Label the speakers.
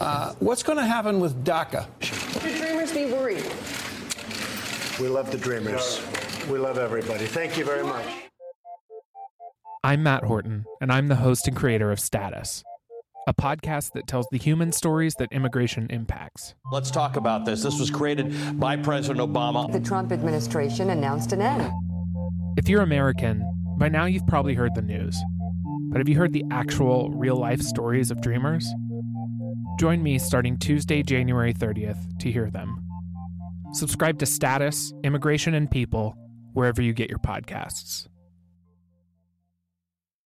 Speaker 1: Uh, what's going to happen with DACA?
Speaker 2: Should dreamers be worried?
Speaker 3: We love the Dreamers. We love everybody. Thank you very much.
Speaker 4: I'm Matt Horton, and I'm the host and creator of Status, a podcast that tells the human stories that immigration impacts.
Speaker 5: Let's talk about this. This was created by President Obama.
Speaker 2: The Trump administration announced an end.
Speaker 4: If you're American, by now you've probably heard the news. But have you heard the actual real life stories of dreamers? Join me starting Tuesday, January 30th to hear them. Subscribe to Status, Immigration, and People wherever you get your podcasts.